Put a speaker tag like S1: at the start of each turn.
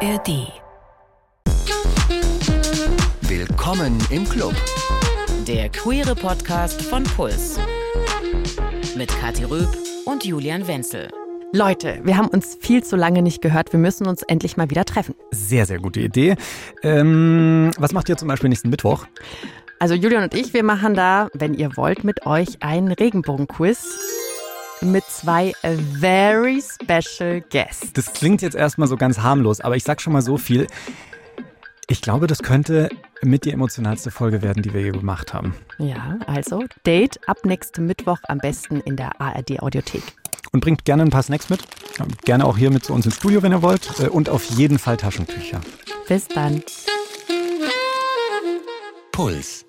S1: ARD.
S2: Willkommen im Club.
S1: Der queere Podcast von Puls. Mit Kathi Röb und Julian Wenzel.
S3: Leute, wir haben uns viel zu lange nicht gehört. Wir müssen uns endlich mal wieder treffen.
S4: Sehr, sehr gute Idee. Ähm, was macht ihr zum Beispiel nächsten Mittwoch?
S3: Also Julian und ich, wir machen da, wenn ihr wollt, mit euch ein Regenbogen-Quiz mit zwei very special Guests.
S4: Das klingt jetzt erstmal so ganz harmlos, aber ich sag schon mal so viel. Ich glaube, das könnte mit die emotionalste Folge werden, die wir je gemacht haben.
S3: Ja, also Date ab nächsten Mittwoch am besten in der ARD Audiothek.
S4: Und bringt gerne ein paar Snacks mit. Gerne auch hier mit zu uns ins Studio, wenn ihr wollt. Äh, Und auf jeden Fall Taschentücher.
S3: Bis dann.
S2: Puls.